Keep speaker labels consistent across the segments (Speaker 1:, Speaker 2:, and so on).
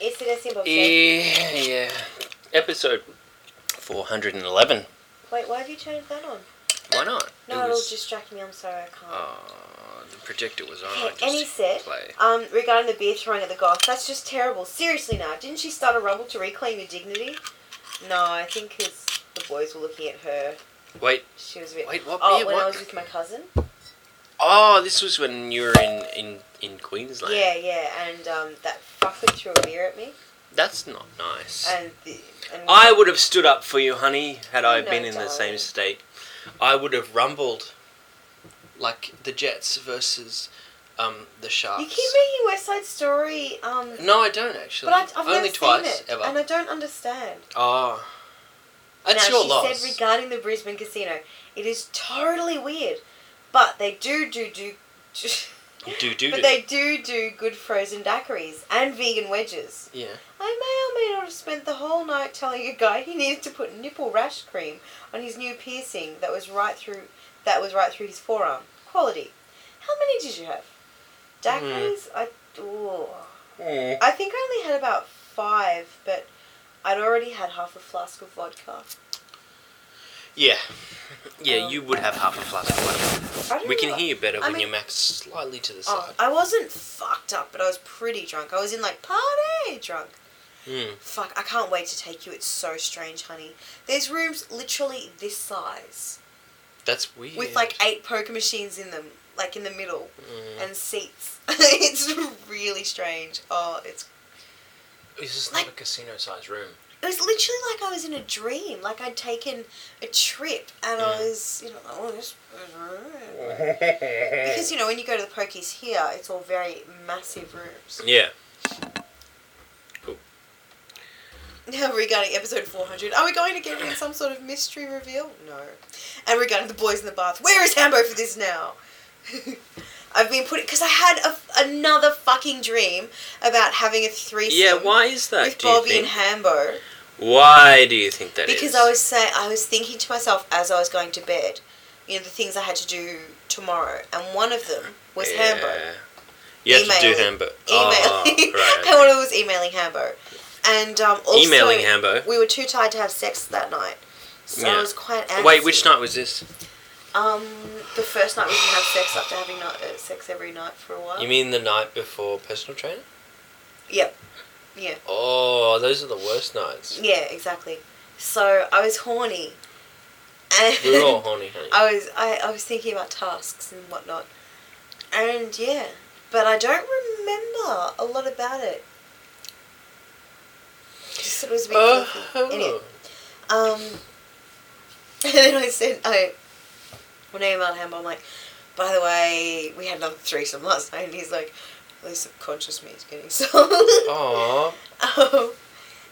Speaker 1: Ese era siempre usted.
Speaker 2: Yeah, yeah. Episode 411.
Speaker 1: Wait, why have you turned that on?
Speaker 2: Why not?
Speaker 1: No,
Speaker 2: it
Speaker 1: it'll
Speaker 2: was,
Speaker 1: distract me. I'm sorry, I can't.
Speaker 2: Oh, the projector was on. I
Speaker 1: Okay,
Speaker 2: just
Speaker 1: and he said,
Speaker 2: play.
Speaker 1: um, regarding the beer throwing at the goth, that's just terrible. Seriously, now, didn't she start a rumble to reclaim your dignity? No, I think because the boys were looking at her.
Speaker 2: Wait,
Speaker 1: She was a bit.
Speaker 2: wait, what
Speaker 1: oh,
Speaker 2: beer?
Speaker 1: when I
Speaker 2: What?
Speaker 1: was with my cousin.
Speaker 2: Oh, this was when you were in, in, in Queensland.
Speaker 1: Yeah, yeah, and um, that fucker threw a beer at me,
Speaker 2: That's not nice.
Speaker 1: and the, and
Speaker 2: I would have stood up for you, honey, had I
Speaker 1: No,
Speaker 2: been in the
Speaker 1: darling.
Speaker 2: same state. I would have rumbled like the Jets versus um, the Sharks.
Speaker 1: You keep making West Side Story, um,
Speaker 2: No, I don't actually.
Speaker 1: but I, I've
Speaker 2: Only
Speaker 1: never
Speaker 2: twice
Speaker 1: seen it,
Speaker 2: ever.
Speaker 1: and I don't understand.
Speaker 2: Oh. That's
Speaker 1: now,
Speaker 2: your
Speaker 1: she
Speaker 2: loss.
Speaker 1: said regarding the Brisbane casino, it is totally weird, but they do do do.
Speaker 2: do do do.
Speaker 1: But they do do good frozen daiquiris and vegan wedges.
Speaker 2: yeah.
Speaker 1: I may or may not have spent the whole night telling a guy he needed to put nipple rash cream on his new piercing that was right through that was right through his forearm. Quality. How many did you have? Daiquiris.
Speaker 2: Hmm.
Speaker 1: I ooh. I think I only had about five, but I'd already had half a flask of vodka.
Speaker 2: Yeah. Yeah,
Speaker 1: Um,
Speaker 2: you would have half a flask of water.
Speaker 1: I don't
Speaker 2: We
Speaker 1: know
Speaker 2: can
Speaker 1: what-
Speaker 2: hear you better
Speaker 1: I
Speaker 2: when
Speaker 1: mean-
Speaker 2: you max slightly to the
Speaker 1: Oh,
Speaker 2: side.
Speaker 1: I wasn't fucked up, but I was pretty drunk. I was in like party drunk.
Speaker 2: Mm.
Speaker 1: Fuck, I can't wait to take you. It's so strange, honey. There's rooms literally this size
Speaker 2: That's weird.
Speaker 1: with like eight poker machines in them, like in the middle,
Speaker 2: Mm.
Speaker 1: and seats. it's really strange. Oh, it's.
Speaker 2: This is
Speaker 1: like-
Speaker 2: not a casino sized room.
Speaker 1: It was literally like I was in a dream. Like I'd taken a trip and I
Speaker 2: Mm.
Speaker 1: was, you know, like, oh, this. Because, you know, when you go to the pokies here, it's all very massive rooms.
Speaker 2: Yeah.
Speaker 1: Now, regarding episode 400, are we going to get in some sort of mystery reveal? No. And regarding the boys in the bath, where is Hambo for this now? I've been putting. Because I had a, another fucking dream about having a threesome
Speaker 2: Yeah, why is that?
Speaker 1: with
Speaker 2: do you
Speaker 1: Bobby
Speaker 2: think?
Speaker 1: and Hambo.
Speaker 2: Why do you think that is?
Speaker 1: Because I was saying, I was thinking to myself as I was going to bed, you know, the things I had to do tomorrow. And one of them was Hambo.
Speaker 2: Yeah. You have to do
Speaker 1: Emailing-
Speaker 2: Hambo. Oh,
Speaker 1: Emailing. and
Speaker 2: right.
Speaker 1: one of them was emailing Hambo. And um, also.
Speaker 2: Emailing Hambo.
Speaker 1: We were too tired to have sex that night. So
Speaker 2: Yeah.
Speaker 1: I was quite antsy.
Speaker 2: Wait, which night was this?
Speaker 1: Um, the first night we didn't have sex after having not, uh, sex every night for a while.
Speaker 2: You mean the night before personal trainer?
Speaker 1: Yep. Yeah.
Speaker 2: Oh, those are the worst nights.
Speaker 1: Yeah, exactly. So I was horny. And
Speaker 2: We We're all horny, honey.
Speaker 1: I was I, I was thinking about tasks and whatnot. And yeah. But I don't remember a lot about it. Just thought it was a bit
Speaker 2: Oh.
Speaker 1: creepy. Anyway. Um, and then I said, I, when I emailed him, I'm like, by the way, we had another threesome last night, and he's like, at least subconscious me is getting so.
Speaker 2: Aw.
Speaker 1: um,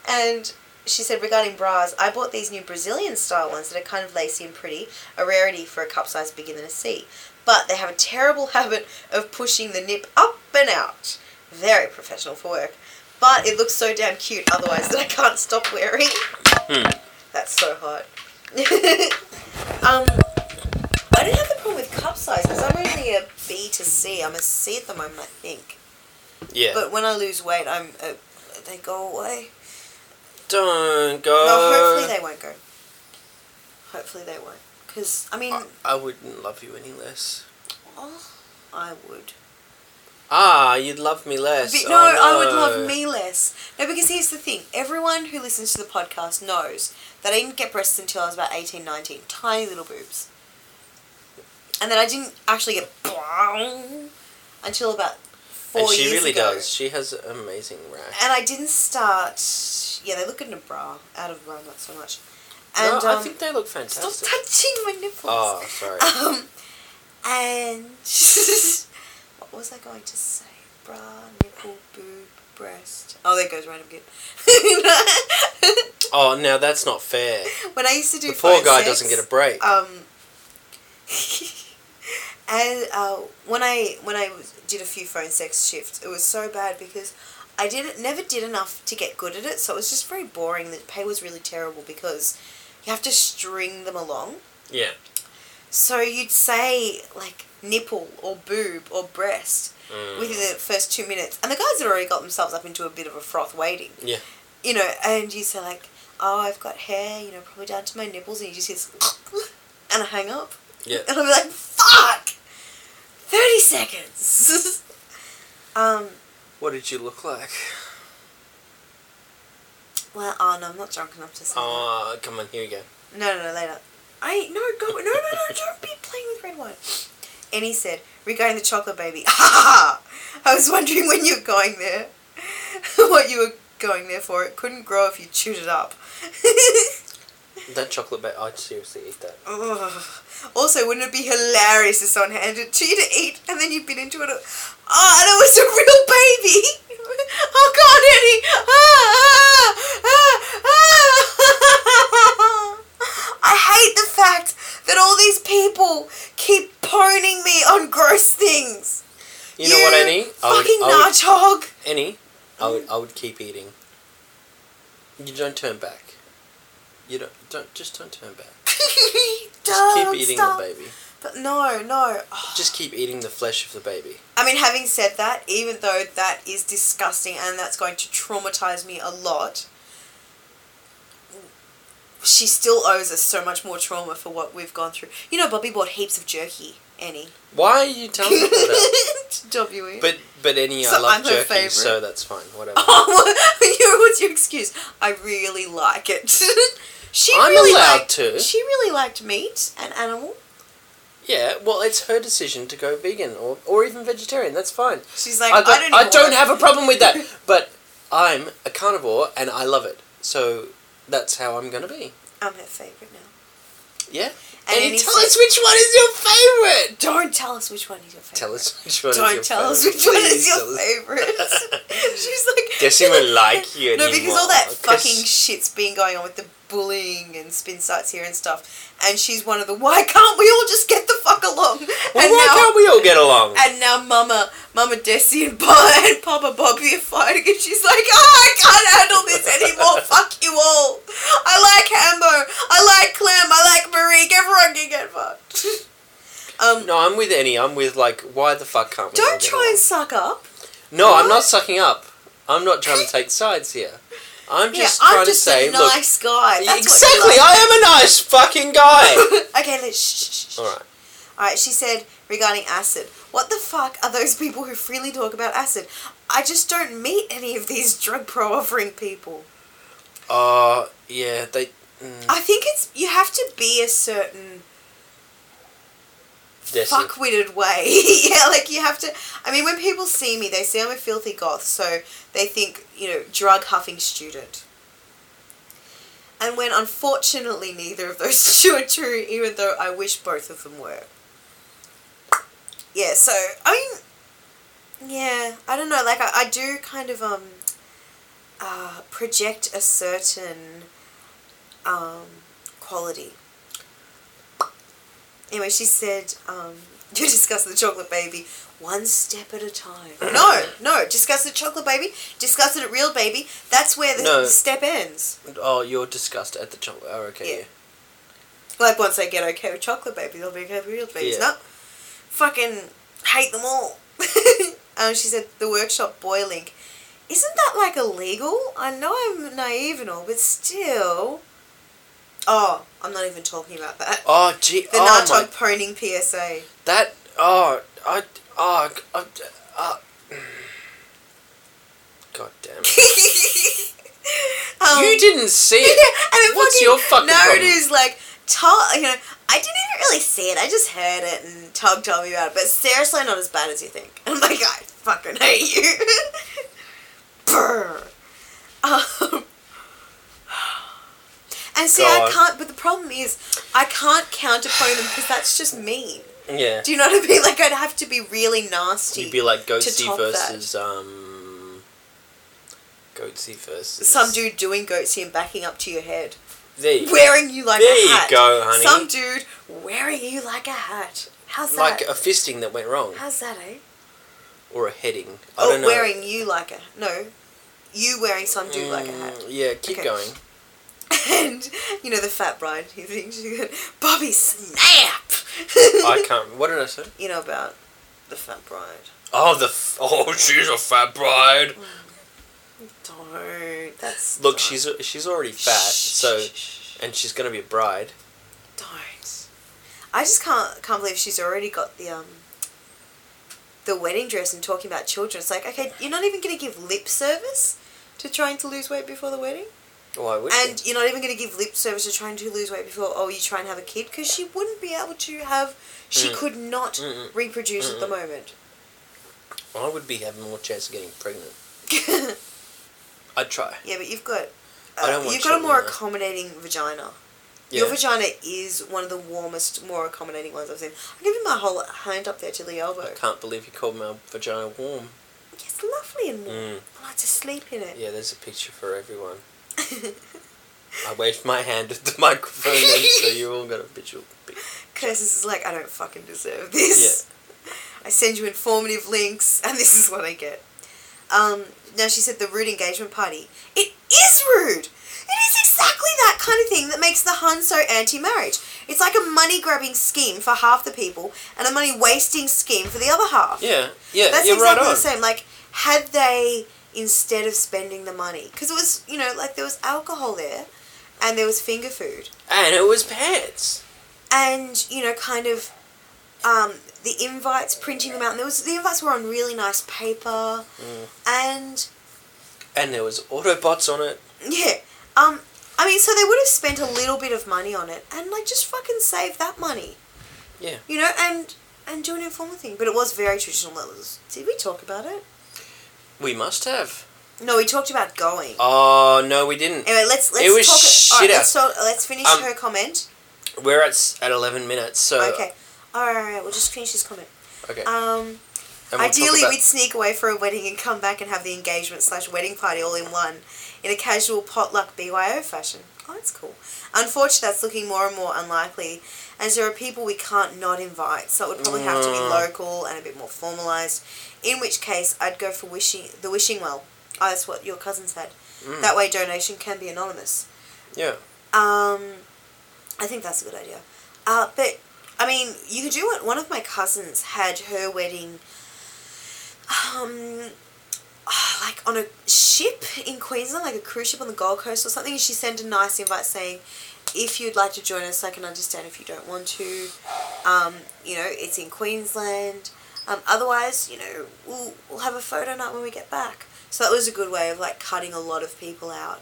Speaker 1: and she said, regarding bras, I bought these new Brazilian style ones that are kind of lacy and pretty, a rarity for a cup size bigger than a C. But they have a terrible habit of pushing the nip up and out. Very professional for work. But it looks so damn cute otherwise that I can't stop wearing.
Speaker 2: Hmm.
Speaker 1: That's so hot. um, I don't have the problem with cup size because I'm only a B to C. I'm a C at the moment, I think.
Speaker 2: Yeah.
Speaker 1: But when I lose weight, I'm a, they go away.
Speaker 2: Don't
Speaker 1: No,
Speaker 2: go.
Speaker 1: hopefully they won't go. Hopefully they won't. Because, I mean,
Speaker 2: I, I wouldn't love you any less.
Speaker 1: oh, I would.
Speaker 2: Ah, you'd love me less.
Speaker 1: But
Speaker 2: Oh,
Speaker 1: no, I would
Speaker 2: no.
Speaker 1: love me less. No, because here's the thing. Everyone who listens to the podcast knows that I didn't get breasts until I was about 18, 19. Tiny little boobs. And then I didn't actually get bong until about four
Speaker 2: And she
Speaker 1: years
Speaker 2: really
Speaker 1: ago.
Speaker 2: does. She has an amazing rack.
Speaker 1: And I didn't start... Yeah, they look good in a bra. Out of a bra, not so much.
Speaker 2: No,
Speaker 1: And
Speaker 2: I
Speaker 1: um,
Speaker 2: think they look
Speaker 1: stop
Speaker 2: fantastic.
Speaker 1: touching my nipples.
Speaker 2: Oh, sorry.
Speaker 1: Um, and what was I going to say? Bra, nipple, boob, breast. Oh, there goes random kid.
Speaker 2: Oh, now that's not fair.
Speaker 1: when I used to do
Speaker 2: The poor
Speaker 1: phone
Speaker 2: guy
Speaker 1: sex,
Speaker 2: doesn't get a break.
Speaker 1: um. and uh, when I when I was- did a few phone sex shifts, it was so bad because I didn't never did enough to get good at it, so it was just very boring. The pay was really terrible because you have to string them along.
Speaker 2: yeah.
Speaker 1: So you'd say like nipple or boob or breast
Speaker 2: Mm.
Speaker 1: within the first two minutes. And the guys had already got themselves up into a bit of a froth waiting.
Speaker 2: Yeah.
Speaker 1: You know, and you say like, oh, I've got hair, you know, probably down to my nipples, and you just hit, and I hang up.
Speaker 2: Yeah.
Speaker 1: And I'm like, fuck! 30 seconds! um,
Speaker 2: What did you look like?
Speaker 1: well, oh no, I'm not drunk enough to say that.
Speaker 2: Oh, come on, here we go.
Speaker 1: No, no, no, later. I no go no no no don't be playing with red wine. And he said regarding the chocolate baby. I was wondering when you were going there, what you were going there for. It couldn't grow if you chewed it up.
Speaker 2: That chocolate bit, I'd seriously eat that.
Speaker 1: Ugh. Also, wouldn't it be hilarious if someone handed it to you to eat and then you bit into it? Ah, and it was a real baby. oh God, Eddie! Ah, ah, ah, ah. I hate the fact that all these people keep poning me on gross things.
Speaker 2: You, know what, Annie?
Speaker 1: Fucking
Speaker 2: I would, I would,
Speaker 1: narchog.
Speaker 2: Annie, I would, I would keep eating. You don't turn back. You don't, don't just don't turn back. Just
Speaker 1: Don't
Speaker 2: keep eating
Speaker 1: stop.
Speaker 2: the baby.
Speaker 1: But no, no.
Speaker 2: Just keep eating the flesh of the baby.
Speaker 1: I mean, having said that, even though that is disgusting and that's going to traumatize me a lot, she still owes us so much more trauma for what we've gone through. You know, Bobby bought heaps of jerky, Annie. E.
Speaker 2: Why are you telling me that?
Speaker 1: to Dob you in.
Speaker 2: But but Annie, I
Speaker 1: So
Speaker 2: love
Speaker 1: I'm her
Speaker 2: jerky,
Speaker 1: favourite.
Speaker 2: so that's fine. Whatever.
Speaker 1: Oh, you- what's your excuse? I really like it. she
Speaker 2: I'm
Speaker 1: really
Speaker 2: allowed
Speaker 1: liked,
Speaker 2: to.
Speaker 1: She really liked meat and animal.
Speaker 2: Yeah, well, it's her decision to go vegan or, or even vegetarian. That's fine.
Speaker 1: She's like,
Speaker 2: I
Speaker 1: I
Speaker 2: don't, I
Speaker 1: don't,
Speaker 2: don't,
Speaker 1: even want
Speaker 2: have a problem with that. But I'm a carnivore and I love it. So that's how I'm going to be.
Speaker 1: I'm her favorite now.
Speaker 2: Yeah?
Speaker 1: And
Speaker 2: And,
Speaker 1: Annie
Speaker 2: tell
Speaker 1: said-
Speaker 2: us which one is your favourite!
Speaker 1: Don't tell us which one is your favorite.
Speaker 2: Tell us which one is your
Speaker 1: Don't tell us
Speaker 2: favourite.
Speaker 1: which one is
Speaker 2: Please
Speaker 1: your
Speaker 2: tell us.
Speaker 1: favorite. She's like,
Speaker 2: Guess he won't like you
Speaker 1: No, because all
Speaker 2: anymore,
Speaker 1: that
Speaker 2: 'cause-
Speaker 1: fucking shit's been going on with the bullying and spin sites here and stuff. And she's one of the why can't we all just get the fuck along?
Speaker 2: Well,
Speaker 1: and
Speaker 2: why
Speaker 1: now,
Speaker 2: can't we all get along?
Speaker 1: and now, Mama, Mama Desi and, pa- and Papa Bobby are fighting, and she's like, oh, I can't handle this anymore. fuck you all. I like Hambo. I like Clem. I like Marie. Everyone can get fucked. um,
Speaker 2: No, I'm with Annie. I'm with, like, why the fuck can't we all
Speaker 1: don't
Speaker 2: get
Speaker 1: try and
Speaker 2: along?
Speaker 1: suck up.
Speaker 2: No, I'm not
Speaker 1: What?
Speaker 2: sucking up. I'm not trying to take sides here. I'm just
Speaker 1: yeah,
Speaker 2: trying
Speaker 1: I'm just
Speaker 2: to say,
Speaker 1: a
Speaker 2: look,
Speaker 1: nice guy. That's
Speaker 2: exactly.
Speaker 1: What
Speaker 2: I am a nice fucking guy.
Speaker 1: you like. okay, let's. Shh, shh, shh.
Speaker 2: All right.
Speaker 1: All right. She said regarding acid. What the fuck are those people who freely talk about acid? I just don't meet any of these drug pro offering people.
Speaker 2: Uh, yeah. They. Mm,
Speaker 1: I think it's you have to be a certain
Speaker 2: Desi.
Speaker 1: fuckwitted way. yeah, like you have to. I mean, when people see me, they see I'm a filthy goth, so they think you know drug huffing student. And when unfortunately neither of those two are true, even though I wish both of them were. Yeah, so I mean, yeah, I don't know. Like I, I do kind of um, uh, project a certain um quality. Anyway, she said, um, you discuss the chocolate baby one step at a time. no, no, discuss the chocolate baby, discuss it at real baby. That's where the,
Speaker 2: No.
Speaker 1: the step ends.
Speaker 2: Oh, you're disgusted at the chocolate. Oh, okay.
Speaker 1: Yeah. Like, once they get okay with chocolate baby, they'll be okay with real babies.
Speaker 2: Yeah.
Speaker 1: No, fucking hate them all. um, she said, the workshop boiling. Isn't that like illegal? I know I'm naive and all, but still. Oh, I'm not even talking about that.
Speaker 2: Oh, gee.
Speaker 1: The
Speaker 2: oh my.
Speaker 1: Nartog poning PSA.
Speaker 2: That. Oh, I. Oh, g- I. Uh, God damn it.
Speaker 1: um,
Speaker 2: you didn't see
Speaker 1: yeah,
Speaker 2: it.
Speaker 1: and then
Speaker 2: What's
Speaker 1: fucking
Speaker 2: your fucking problem?
Speaker 1: Naruto's like, Tog, you know, I didn't even really see it. I just heard it, and Tog told me about it. But seriously, not as bad as you think. And I'm like, I fucking hate you. Brr. Um, and see, I
Speaker 2: God.
Speaker 1: can't. But the problem is, I can't counterpone them because that's just mean.
Speaker 2: yeah.
Speaker 1: Do you know what I mean? Like, I'd have to be really nasty.
Speaker 2: You'd be like
Speaker 1: to
Speaker 2: Goatsy
Speaker 1: top that.
Speaker 2: versus um. Goatsy versus
Speaker 1: some dude doing goatsy and backing up to your head,
Speaker 2: There you go.
Speaker 1: wearing you like
Speaker 2: There
Speaker 1: a
Speaker 2: you
Speaker 1: hat.
Speaker 2: go, honey.
Speaker 1: Some dude wearing you like a hat. How's
Speaker 2: like
Speaker 1: that?
Speaker 2: a fisting that went wrong,
Speaker 1: How's that, eh?
Speaker 2: or a heading. I
Speaker 1: Oh,
Speaker 2: don't know.
Speaker 1: wearing you like a no, you wearing some dude like a hat.
Speaker 2: Mm, Yeah, keep
Speaker 1: Okay.
Speaker 2: going. Mm.
Speaker 1: And you know the fat bride. He thinks she Bobby snap.
Speaker 2: I can't. What did I say?
Speaker 1: You know about the fat bride.
Speaker 2: Oh, the. F- oh, she's a fat bride.
Speaker 1: Don't. That's.
Speaker 2: Look,
Speaker 1: don't.
Speaker 2: she's she's already
Speaker 1: Shh,
Speaker 2: fat,
Speaker 1: shh,
Speaker 2: so
Speaker 1: shh, shh, shh.
Speaker 2: and she's gonna be a bride.
Speaker 1: Don't. I just can't can't believe she's already got the um. The wedding dress and talking about children. It's like, okay, you're not even going to give lip service to trying to lose weight before the wedding,
Speaker 2: Why would
Speaker 1: and
Speaker 2: she?
Speaker 1: you're not even going to give lip service to trying to lose weight before. Oh, you try and have a kid because she wouldn't be able to have. She
Speaker 2: Mm.
Speaker 1: could not
Speaker 2: Mm-mm.
Speaker 1: reproduce at the
Speaker 2: Mm-mm.
Speaker 1: moment.
Speaker 2: I would be having more chance of getting pregnant. I'd try.
Speaker 1: yeah, but you've got. Uh,
Speaker 2: I don't want
Speaker 1: you've got a more
Speaker 2: children, though.
Speaker 1: accommodating vagina.
Speaker 2: Yeah.
Speaker 1: Your vagina is one of the warmest, more accommodating ones I've seen. I give you my whole hand up there to the elbow.
Speaker 2: I can't believe you called my vagina warm.
Speaker 1: It's lovely and warm.
Speaker 2: Mm.
Speaker 1: I like to sleep in it.
Speaker 2: Yeah, there's a picture for everyone. I waved my hand at the microphone then, so you all got a visual picture.
Speaker 1: Curses is like, I don't fucking deserve this. I send you informative links, and this is what I get. Um, now she said the rude engagement party. It is rude! It is exactly that kind of thing that makes the Hun so anti marriage. It's like a money grabbing scheme for half the people and a money wasting scheme for the other half.
Speaker 2: Yeah, yeah,
Speaker 1: That's
Speaker 2: you're
Speaker 1: exactly
Speaker 2: right on.
Speaker 1: the same. Like, had they instead of spending the money, because it was you know like there was alcohol there, and there was finger food,
Speaker 2: And it was pants.
Speaker 1: and you know kind of, um, the invites printing them out, and there was the invites were on really nice paper,
Speaker 2: Mm.
Speaker 1: and
Speaker 2: And there was Autobots on it.
Speaker 1: yeah, um, I mean, so they would have spent a little bit of money on it, and like just fucking save that money.
Speaker 2: Yeah.
Speaker 1: You know, and and do an informal thing, but it was very traditional. It was, did we talk about it?
Speaker 2: We must have.
Speaker 1: No, we talked about going.
Speaker 2: Oh, no, we didn't.
Speaker 1: Anyway, let's let's
Speaker 2: It was
Speaker 1: talk.
Speaker 2: shit
Speaker 1: alright,
Speaker 2: out.
Speaker 1: let's, talk- let's finish
Speaker 2: Um, uh,
Speaker 1: her comment.
Speaker 2: We're at, s- at 11 minutes, so.
Speaker 1: okay. All right, all right, we'll just finish this comment.
Speaker 2: Okay.
Speaker 1: Um,
Speaker 2: and we'll talk
Speaker 1: ideally,
Speaker 2: about-
Speaker 1: we'd sneak away for a wedding and come back and have the engagement slash wedding party all in one, in a casual potluck BYO fashion. Oh, that's cool. Unfortunately, that's looking more and more unlikely, as there are people we can't not invite. So it would probably have to be
Speaker 2: Mm.
Speaker 1: local and a bit more formalised. In which case, I'd go for wishing the wishing well. Oh, that's what your cousins had.
Speaker 2: Mm.
Speaker 1: That way, donation can be anonymous.
Speaker 2: Yeah.
Speaker 1: Um, I think that's a good idea. Uh, but I mean, you could do it. One of my cousins had her wedding, um, ah, like on a ship in Queensland, like a cruise ship on the Gold Coast or something. And she sent a nice invite saying, "If you'd like to join us, I can understand if you don't want to. Um, you know, it's in Queensland. Um, otherwise, you know, we'll we'll have a photo night when we get back." So that was a good way of like cutting a lot of people out,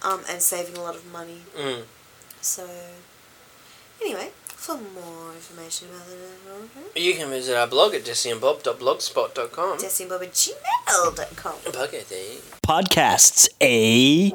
Speaker 1: um, and saving a lot of money.
Speaker 2: Mm.
Speaker 1: So, anyway, for more information about the
Speaker 2: You can visit our blog at Hmm? jesseandbob.blogspot.com.
Speaker 1: Jesse and Bob at gmail.com.
Speaker 2: Bugger thing.
Speaker 3: podcasts, eh?